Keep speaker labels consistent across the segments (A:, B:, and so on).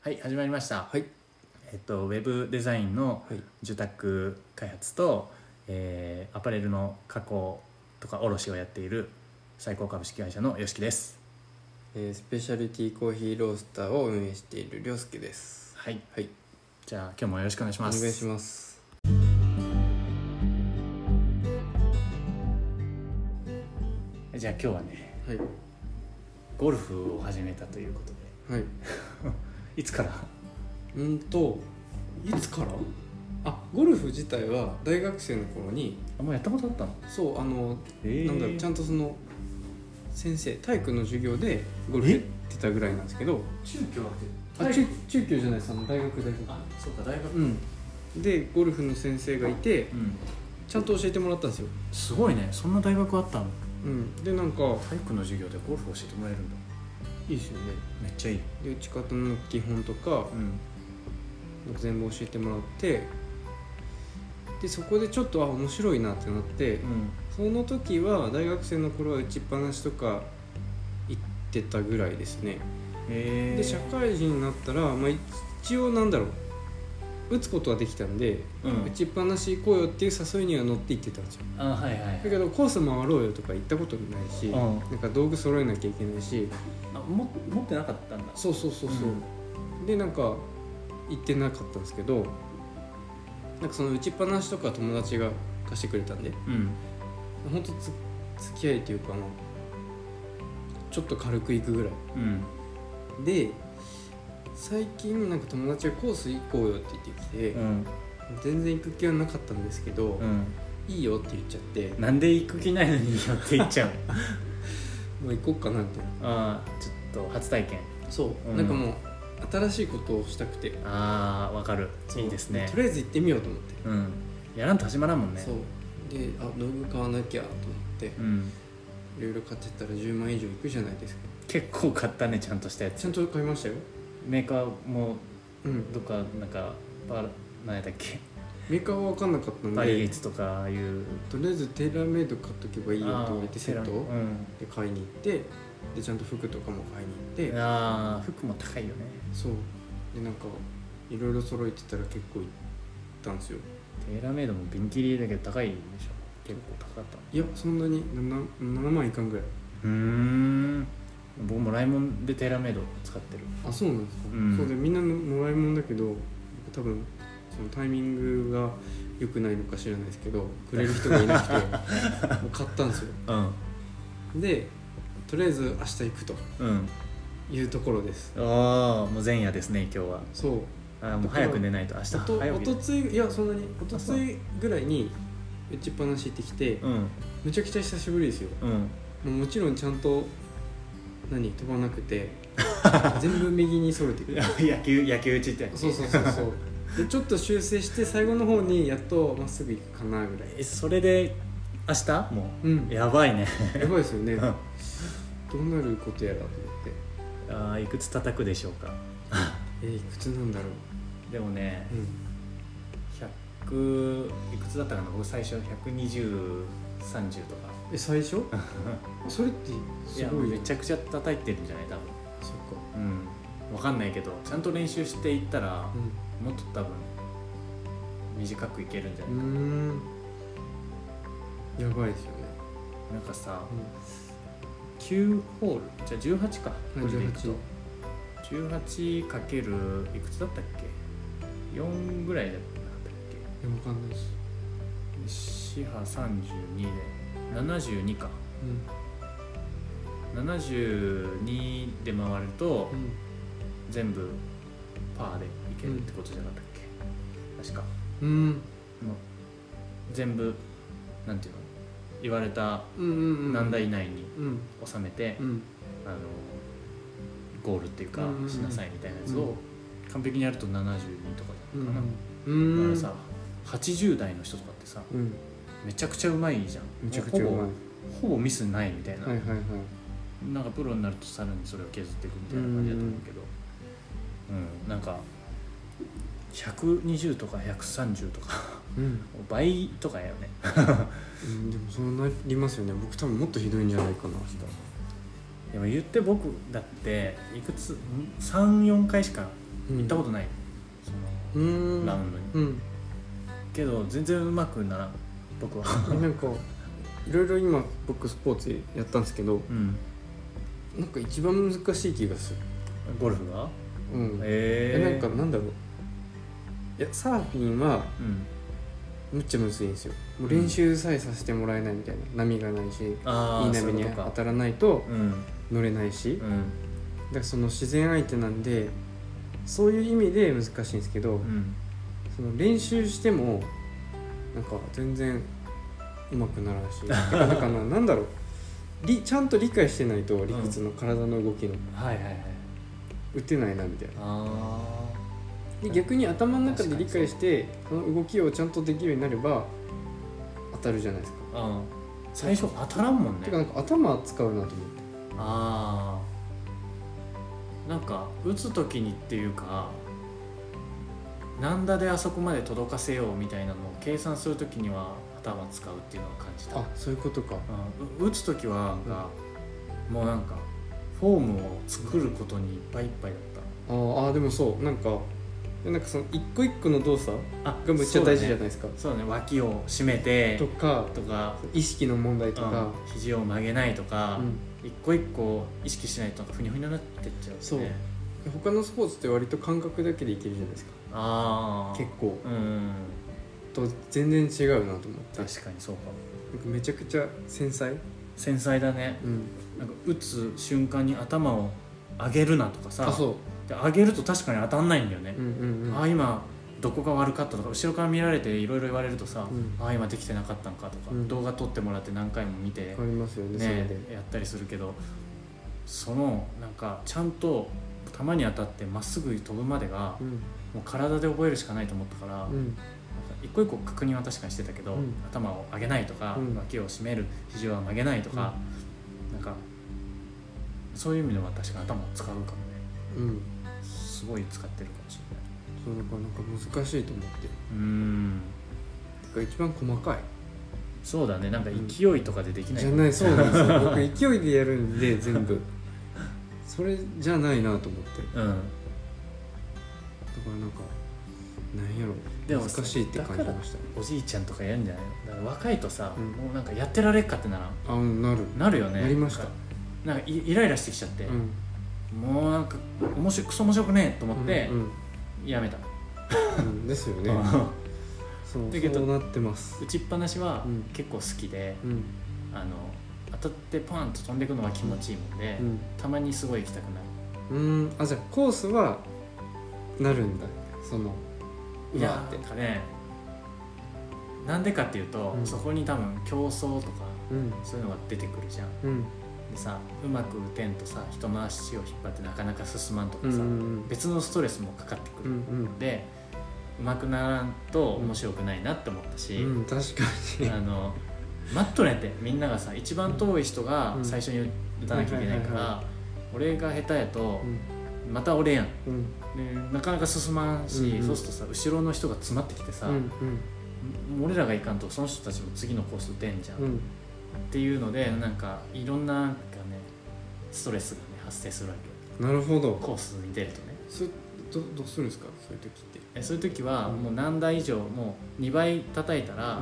A: はい始まりました、
B: はい
A: えっと、ウェブデザインの
B: はい
A: 住宅開発と、えーアパレルの加工とか卸をやっている最高株式会社の YOSHIKI です
B: えースペシャルティーコーヒーロースターを運営している涼介です
A: はい
B: はい
A: じゃあ今日もよろしくお願いし
B: お
A: ま
B: 願い
A: す
B: します
A: じゃあ今日はね
B: はい
A: ゴルフを始めたということで
B: はい
A: いつから
B: うんといつからあゴルフ自体は大学生の頃に
A: あもうやったことあったの
B: そうあの、
A: え
B: なんだろうちゃ
A: ん
B: んとその先生体育の授業でゴルフやってたぐらいなんですけど
A: 中京は
B: あ中中級じゃないですあの大学大学
A: あそうか大学
B: うんでゴルフの先生がいて
A: うん
B: ちゃんと教えてもらったんですよ、
A: すごいねそんな大学あったの
B: うん、でなんか
A: 体育の授業でゴルフ教えてもらえるんだ
B: いいですよね
A: めっちゃいい
B: で打ち方の基本とか
A: うん
B: 全部教えてもらってでそこでちょっとあ面白いなってなって、
A: うん
B: その時は大学生の頃は打ちっぱなしとか行ってたぐらいですね
A: え
B: で社会人になったら、まあ、一応なんだろう打つことはできたんで、
A: うん
B: 打ちっぱなし行こうよっていう誘いには乗って行ってたんですよ
A: あはいはいはい
B: だけどコース回ろうよとか行ったこともないし、
A: うん
B: なんか道具揃えなきゃいけないし
A: あも持ってなかったんだ
B: そうそうそうそう、でなんか行ってなかったんですけどなんかその打ちっぱなしとか友達が貸してくれたんで
A: うん
B: ほんとつ付き合いというかまあちょっと軽く行くぐらい
A: うん
B: で最近なんか友達がコース行こうよって言ってきて、
A: うん
B: 全然行く気はなかったんですけど、
A: う
B: いいよって言っちゃって
A: んなんで行く気ないのにやって行っちゃう
B: もう行こうかなみたいな
A: ああちょっと初体験
B: そう、
A: うん
B: なんかもう新しいことをしたくて
A: ああわかるいいですね
B: とりあえず行ってみようと思って、
A: うんやらんと始まらんもんね
B: そうであ道具買わなきゃと思って
A: うん
B: いろいろ買ってったら10万以上いくじゃないですか
A: 結構買ったねちゃんとしたや
B: ち
A: つ
B: ゃんと買いましたよ
A: メーカーも
B: うん
A: どっかなんかパラ何やったっけ
B: メーカーは分かんなかったん
A: パリゲイ
B: で
A: ツとかああいう
B: とりあえずテーラーメイド買っとけばいいよと言われてセット
A: あーう
B: を
A: ん
B: で買いに行ってでちゃんと服とかも買いに行って
A: ああ服も高いよね
B: そうでなんかいろいろ揃えてたら結構いったんですよ
A: テーラーメイドもピンキリだけど高いでしょ結構高かった
B: いやそんなに 7, 7万いかんぐらいう
A: ーん僕もライモンでテーラーメイド使ってる
B: あそうなんですか、
A: うん
B: そうでみんなもらいもんだけど多分そのタイミングが良くないのか知らないですけどくれる人がい なくてもう買ったんですよ
A: うん
B: でとりあえず明日行くと
A: うん
B: いうところです
A: ああもう前夜ですね今日は
B: そう
A: あーもう早く寝ないと明日
B: おと
A: 早
B: お
A: 起き
B: とついいやそんなにおとつ
A: そう
B: いぐらいに打ちっぱなし行ってきて、
A: うん
B: むちゃくちゃ久しぶりですよ
A: うん
B: もうもちろんちゃんと何飛ばな くて全部右にそれていく
A: 野球野球打ちって
B: そうそうそうそうでちょっと修正して最後の方にやっとまっすぐ行くかなぐらい
A: えそれで明日も
B: うん
A: うやばいね
B: やばいですよね
A: うん
B: どうなることやらと思って
A: あーいくつ叩くでしょうか
B: えーいくつなんだろう
A: でもね
B: う
A: 100いくつだったかな僕最初12030とか
B: んえ最 初それって
A: い
B: す
A: や
B: ごい
A: めちゃくちゃ叩いてるんじゃない多分
B: そっか
A: うん分かんないけどちゃんと練習していったら
B: う
A: もっと多分短くいけるんじゃない
B: ん
A: か
B: うーんやばいですよね
A: ななんかさ9ホールじゃあ18か
B: うん18
A: 18かけるいくつだったっけ4ぐらいだったっ
B: えわかんないです
A: け四波32で72か
B: うん
A: 72で回ると
B: うん
A: 全部パーでいけるってことじゃなかったっけ確か
B: うん
A: もう全部なんていうの言われた
B: うんうんうん
A: 何台以内に
B: うん
A: 収めて、
B: うん
A: あのゴールっていうか
B: うんうんうん
A: しなさいみたいなやつ
B: う
A: を完璧にやると72とか
B: う
A: だったかな、
B: ん
A: だ
B: う
A: か
B: ん
A: らさ80代の人とかってさ
B: うん
A: めちゃくちゃうまいじゃん
B: めちゃくちゃうまい
A: ほぼほぼミスないみたいな、
B: はいはいはい
A: なんかプロになるとさらにそれを削っていくみたいな感じだと思うけどうん、なんか120とか130とか
B: うん
A: 倍とかやよね
B: うんでもそうなりますよね僕多分もっとひどいんじゃないかな
A: でも言って僕だっていくつ34回しか
B: うん、
A: 行ったことないその
B: うん
A: ラウンドに
B: うん
A: けど全然うまくならん僕は
B: なんかいろいろ今僕スポーツやったんですけど
A: うん
B: なんか一番難しい気がする
A: ゴルフが
B: うん
A: ええ
B: えなんかなんだろういやサーフィンは
A: うん
B: むっちゃむずいんですよもう練習さえさせてもらえないみたいな波がないしいい
A: ああ
B: 波
A: そうい
B: に
A: うこ
B: 当
A: とか
B: たらないと
A: うん
B: 乗れないし
A: うん
B: だからその自然相手なんでそういう意味で難しいんですけ
A: う
B: ど、
A: ん
B: その練習してもなんか全然うまくならんしてかなんかななんだろうりちゃんと理解してないと理屈の体の動きの、
A: はいはいはい
B: 打てないなみたいな
A: あ
B: で逆に頭の中で理解してその動きをちゃんとできるようになれば当たるじゃないですか
A: あうん最初当たらんもんね
B: てかなんか頭使うなと思って
A: ああなんか打つ時にっていうかなんだであそこまで届かせようみたいなのを計算する時には頭使うっていうのを感じた
B: あそういうことか
A: うんう打つ時はが、もうなんかフォームを作ることにいっぱいいっぱいだっ
B: あーあーでもそうなんかなんかその一個一個の動作
A: たあ
B: がめっちゃ大事じゃない
A: い
B: ですか、
A: そうだねそうだね脇を締めて
B: とか
A: とか
B: 意識の問題と
A: う
B: か、
A: ん肘を曲げないとか、
B: うん
A: 一個一個意識しないとなんかふにゃふにゃになってっちゃうね
B: そう他のスポーツって割と感覚だけでいけるじゃないですか
A: ああ
B: 結構
A: うん
B: と全然違うなと思ってなんか
A: 確かにそうかも
B: めちゃくちゃ繊細、
A: 繊細だね
B: うん、
A: なんか打つ瞬間に頭を上げるなとかさ
B: あそう
A: で上げると確かに当たんないんだよね
B: う、んうんうん
A: ああ今どこが悪かったとか後ろから見られていろいろ言われるとさ、
B: うん
A: ああ今できてなかったんかとか、
B: うん
A: 動画撮ってもらって何回も見て
B: 変わりますよねそれ
A: ね
B: で、
A: やったりするけどそのなんかちゃんと球に当たってまっすぐ飛ぶまでが
B: うん
A: もう体で覚えるしかないと思ったから、
B: うん
A: 一個一個確認は確かにしてたけど、
B: うん
A: 頭を上げないとか、
B: うん
A: 脇を締める肘は曲げないとか、なんかそういう意味では確かに頭を使うかもね
B: うん
A: すごい使ってるかもしれない
B: そうだからなんか難しいと思って
A: うーん
B: てか一番細かい
A: そうだねなんか勢いとかでできない、
B: じゃないそうなんです よ僕勢いでやるんで全部それじゃないなと思ってだか
A: うん
B: らなんかなんやろ
A: でも
B: 難しいって感じましたね
A: おじいちゃんとかやるんじゃないのだから若いとさ、
B: うん
A: もうなんかやってられっかってならん
B: あうんなる
A: なるよね
B: なりました
A: なんかイイライラしてきちゃって、
B: うん
A: もうなんか面白いクソ面白くねえと思って
B: うんうん
A: やめた、
B: うんで すよねそう
A: だけど
B: そうなってま す
A: 打ちっぱなしは
B: うん
A: 結構好きで、
B: うん
A: あの当たってパンと飛んでいくのは気持ちいいもんで、
B: うん
A: たまにすごい行きたくなる
B: うんあじゃあコースはなるんだそのうわーって
A: なんかねなんでかっていうと、
B: うん
A: そこに多分競争とか
B: うん
A: そういうのが出てくるじゃん
B: うん
A: でさうまく打てんとさ人の足を引っ張ってなかなか進まんと
B: う
A: か
B: んう
A: さ、
B: ん
A: 別のストレスもかかってく
B: う
A: る
B: ん
A: ので、うまくならんと面白くないなって思ったし、
B: うんうん確かに
A: あの待っとれってみんながさ一番遠い人が
B: うん
A: 最初に打たなきゃいけないか
B: はいはい
A: ら俺が下手やと
B: うん
A: また俺やん
B: うん
A: でなかなか進まんし、
B: うんうん
A: そうするとさ後ろの人が詰まってきてさ、
B: うん
A: 俺らがいかんとその人たちも次のコース出んじゃん、
B: う
A: っ
B: ん
A: ていうのでなんかいろんななんかねストレスがね発生するわけ
B: うんなるほど
A: コースに出るとね
B: そどどうするんですかそういう時って
A: えそういう時は
B: うん
A: もう何台以上もう2倍叩いたら、
B: う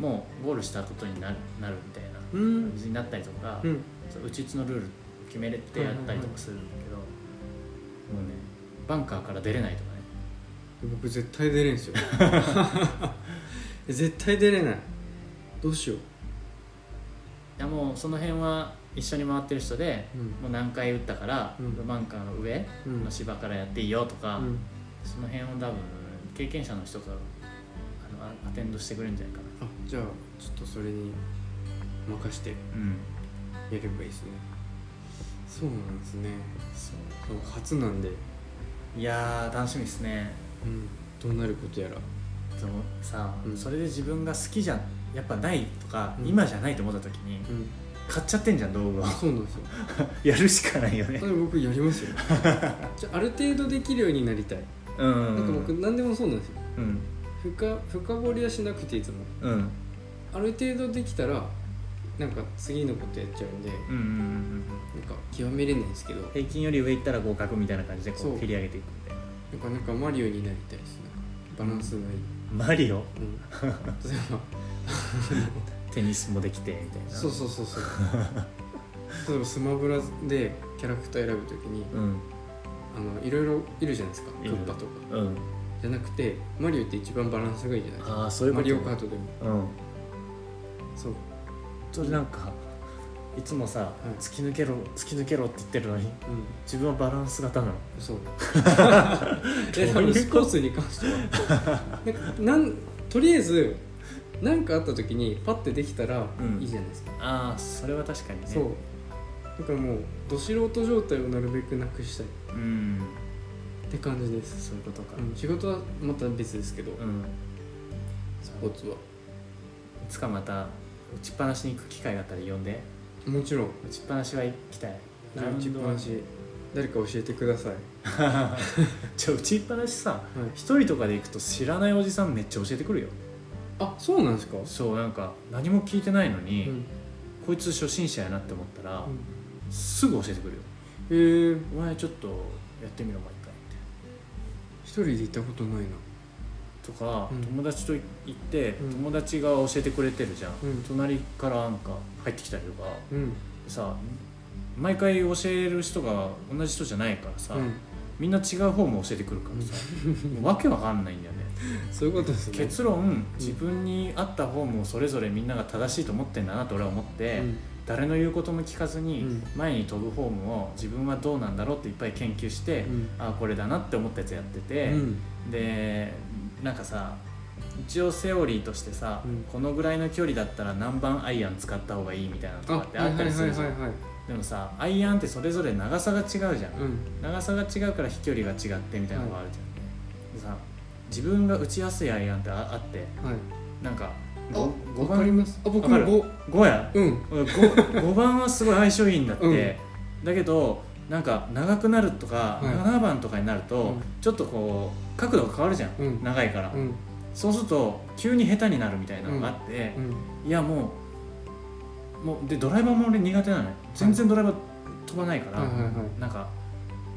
A: もうゴールしたことになるなるみたいなん感じになったりとか、
B: うん
A: そううちうちのルール決めれてやったりとかするんだけど、もうねバンカーから出れないとかね
B: 僕絶対出れんすよ 絶対出れないどうしよ
A: いやもうその辺は一緒に回ってる人で
B: ううん
A: もう何回打ったから、
B: うん
A: バンカーの上
B: うん
A: の芝からやっていいよとか、
B: うん
A: その辺を多分経験者の人があのあアテンドしてくれるんじゃないかな、
B: あじゃあちょっとそれに任してや
A: うん、
B: ればいいですねそうなんですね
A: そう
B: そう初なんで、
A: いやー楽しみですね
B: うん、どうなることやら
A: でもさ、
B: うん
A: それで自分が好きじゃやっぱないとか、
B: うん
A: 今じゃないと思った時に
B: うん
A: 買っちゃってんじゃん道具を
B: そうなんですよ
A: やるしかないよね
B: でも僕やりますよじゃあある程度できるようになりたい
A: うん
B: なんか僕何でもそうなんですよ
A: うん
B: 深深掘りはしなくていつも
A: うんうん
B: ある程度できたらなんか次のことやっちゃうんでなん
A: うんうんうん
B: か極めれないんですけど
A: 平均より上行ったら合格みたいな感じでこ
B: そう
A: う切り上げていくみたいな
B: なかなかマリオになりたいですねバランスがいい、
A: マリオ
B: うん例えば
A: テニスもできてみたいな
B: そうそ うそうそう例えばスマブラでキャラクター選ぶときに
A: うん
B: あのいろいろいるじゃないですか
A: い
B: ク
A: る
B: ッパとか
A: うん
B: じゃなくてマリオって一番バランスがいいじゃないですか
A: ああそういうこ
B: マ
A: と
B: リオカートでも
A: うん
B: そう
A: それなんかいつもさ、
B: い
A: 突き抜けろ突き抜けろって言ってるのに
B: う
A: 自分はバランス型なの
B: ん そう
A: どういう
B: え多分スポーツに関してはなんかなんとりあえず何かあった時にパッてできたら
A: うん
B: いいじゃないですか、
A: ああそれは確かにね
B: そうだからもうど素人状態をなるべくなくしたいっ
A: うん
B: て感じです、
A: そういうことか
B: うん仕事はまた別ですけど、
A: うん
B: スポーツはい
A: つかまた打ちっぱなしに行く機会があったら呼んで
B: もちろん
A: 打ちっぱなしは行きたい
B: 打ちっぱなし誰か教えてください、は
A: じゃあ打ちっぱなしさ
B: い、
A: 一人とかで行くと知らないおじさんめっちゃ教えてくるよ
B: あそうなんですか、
A: そうなんか何も聞いてないの
B: う
A: に、
B: ん
A: こいつ初心者やなって思ったら、
B: うん
A: すぐ教えてくるよ
B: えー、
A: お前ちょっとやってみろもう一回みたいな
B: 一人で行ったことないな
A: とか、
B: うん
A: 友達と行って、
B: うん
A: 友達が教えてくれてるじゃん、
B: うん
A: 隣からなんか入ってきたりとか
B: うん
A: さ毎回教える人が同じ人じゃないからさ、
B: うん
A: みんな違う方も教えてくる からさ、もうわけわかんないんだよね
B: そういうことですね
A: 結論自分に合った方もそれぞれみんなが正しいと思ってんだなと俺は思って、
B: うん
A: 誰の言うことも聞かず
B: う
A: に
B: ん
A: 前に飛ぶフォームを自分はどうなんだろうっていっぱい研究して、
B: うん
A: ああこれだなって思ったやつやって
B: う
A: て、
B: ん
A: でなんかさ一応セオリーとしてさ、
B: うん
A: このぐらいの距離だったら何番アイアン使った方がいいみたいなの
B: あ
A: とか
B: は
A: って
B: い
A: あ
B: は
A: っ
B: い
A: た
B: はい
A: りするじゃん、
B: はいはい
A: でもさアイアンってそれぞれ長さが違うじゃん、
B: うん
A: 長さが違うから飛距離が違ってみたいなのがあるじゃん、でさ自分が打ちやすいアイアンってああって
B: はい
A: なんか
B: あ
A: ご
B: わかりますあ僕も
A: わかる
B: 五
A: 5や
B: うん
A: 5, 番はすごい相性いいんだって、だけどなんか長くなるとか、
B: はい
A: 7番とかになると、
B: うん
A: ちょっとこう角度が変わるじゃん、
B: うん
A: 長いから、
B: うん
A: そうすると急に下手になるみたいなのがあって
B: う、ん
A: いやもうもうでドライバーも俺苦手なのよ全然ドライバー飛ばないから、
B: はいはいは
A: なんか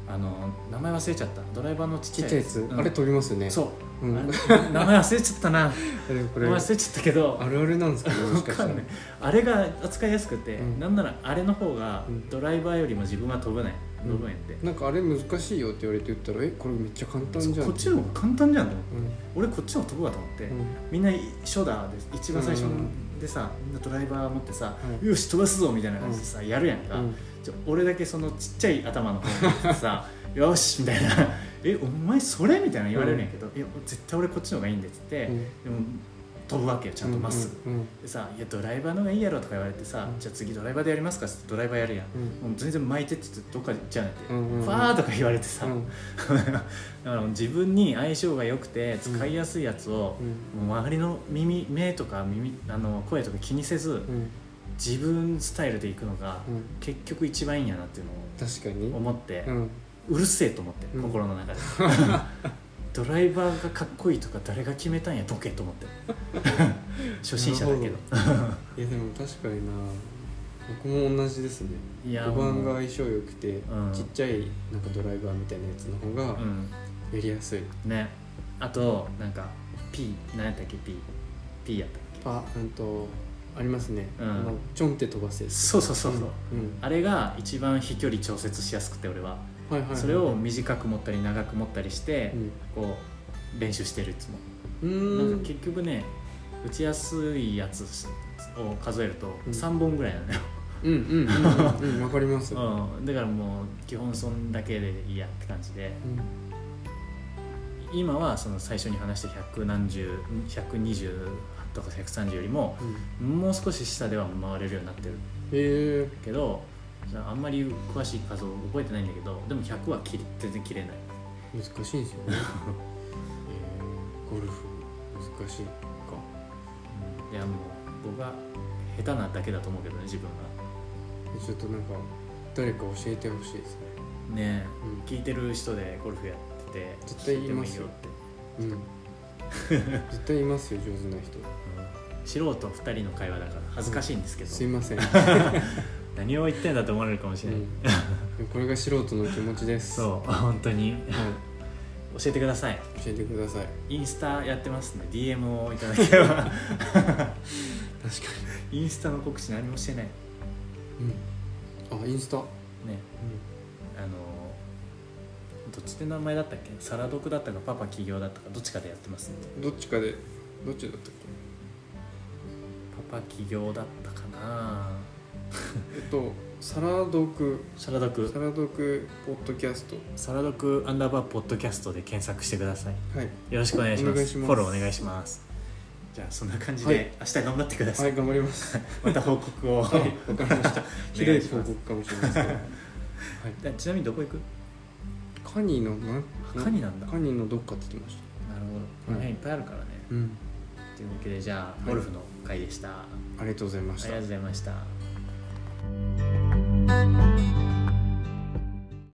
A: あの名前忘れちゃったドライバーのちっ
B: ち
A: ち
B: っ
A: ゃい
B: ちゃいやつ
A: うん
B: あれ飛びますよね
A: そうう、
B: ん
A: あ
B: あ
A: れ名前忘れちゃったな
B: れこ
A: 名前
B: れあ
A: 忘れちゃったけど
B: るあるなんです かねも
A: わ
B: しかし
A: か
B: たら
A: んないあれが扱いやすくて、
B: うん
A: なんならあれの方が
B: うん
A: ドライバーよりも自分は飛ぶね、
B: うん
A: 飛ぶねんって、
B: なんかあれ難しいよって言われて言ったらえこれめっちゃ簡単じゃん
A: こっちの方が簡単じゃんと思って
B: うん
A: 俺こっちの方が飛ぶわと思って、
B: うん
A: みんな初だで一番最初
B: うんうん
A: でさ、みんなドライバー持ってさ、
B: はい
A: よし飛ばすぞみたいな感じでさ、やるやんか、
B: うん
A: ちょ俺だけそのちっちゃい頭の方に行って さよしみたいな「えお前それ?」みたいな言われるんやけど「いや絶対俺こっちの方がいいんで」っつって、
B: うん
A: でも飛ぶわけよちゃんとまっすぐ、
B: うんうん
A: でさ「いやドライバーの方がいいやろ」とか言われてさ「
B: うん
A: じゃあ次ドライバーでやりますか」っつってドライバーやるやん、
B: うん
A: もう全然巻いてって言ってどっか行っちゃうんやって、
B: うんうんうん
A: ファーとか言われてさ、
B: う
A: だ
B: ん
A: からもう自分に相性が良くて使いやすいやつを、もう周りの耳目とか耳あの声とか気にせず、
B: うんうん
A: 自分スタイルで行くのが
B: うん
A: 結局一番いいんやなっていうのを
B: 確かに
A: 思って
B: う、ん
A: うるせえと思って、
B: うん
A: 心の中でドライバーがかっこいいとか誰が決めたんやどけと思って初心者だけど
B: いやでも確かにな僕も同じですね
A: いや
B: 5番が
A: もう
B: 相性良くて、
A: うん
B: ちっちゃいなんかドライバーみたいなやつの方が
A: う
B: やりやすい、
A: んねあとなんか P 何やったっけ P P やったっ
B: あうんとありますね、
A: うん
B: あのちょんって飛ばすや
A: け
B: つ
A: そうそうそうそう、
B: うん
A: あれが一番飛距離調節しやすくて俺は、
B: はいはいはい
A: それを短く持ったり長く持ったりして
B: う、ん
A: こう練習してるいつも、
B: う
A: な
B: ー
A: ん
B: ん
A: か結局ね打ちやすいやつを数えると
B: うん
A: 3本ぐらいなのよ
B: うんうんうん うんうんわかります、うん
A: うん、だからもう基本そんだけでいいやって感じで今はその最初に話した100何十120とか130よりも
B: うん
A: もう少し下では回れるようになってる
B: へえ
A: けどあんまり詳しい数を覚えてないんだけどでも100は切り全然切れない
B: 難しい んですよね、えー、ゴルフ難しいか
A: いやもう僕は下手なだけだと思うけどね自分は
B: ちょっとなんか誰か教えてほしいですね
A: ね
B: うん
A: え聞いてる人でゴルフやってて
B: 絶対言い
A: 聞ても
B: ますよ
A: って、
B: うん 絶対いますよ上手な人
A: うん素人2人の会話だから恥ずかしいんですけど、
B: すい ません、うん
A: 何を言ってんだと思われるかもしれない、
B: でもこれが素人の気持ちです
A: そう本当に
B: はい
A: 教えてください
B: 教えてください
A: インスタやってますんで DM をいただければ
B: 確か
A: インスタの告知何もしてないね
B: にうんあインスタうん
A: あのどっちで名前だったっけサラドクだったかパパ起業だったかどっちかでやってますんで
B: どっちかでどっちだったっ
A: パパ起業だったかな
B: けえっとサラドク
A: サラドク
B: サラドクポッドキャスト
A: サラドクアンダーバーポッドキャストで検索してください
B: はい
A: よろしくお願いします
B: お願いします
A: フォローお願いしますじゃあそんな感じで、
B: はい
A: 明日頑張ってくださ、
B: はいい頑張ります
A: また報告を、
B: はいわかりま したひどい報告かもしれないですけど
A: じゃあちなみにどこ行く
B: カニのな
A: あカニなんだ
B: カニのどっかって言ってました
A: なるほどこ
B: うん
A: の辺いっぱいあるからね、
B: うん
A: というわけでじゃあゴルフの回でした、あ
B: ありがとうございまし
A: りが
B: た
A: とうございました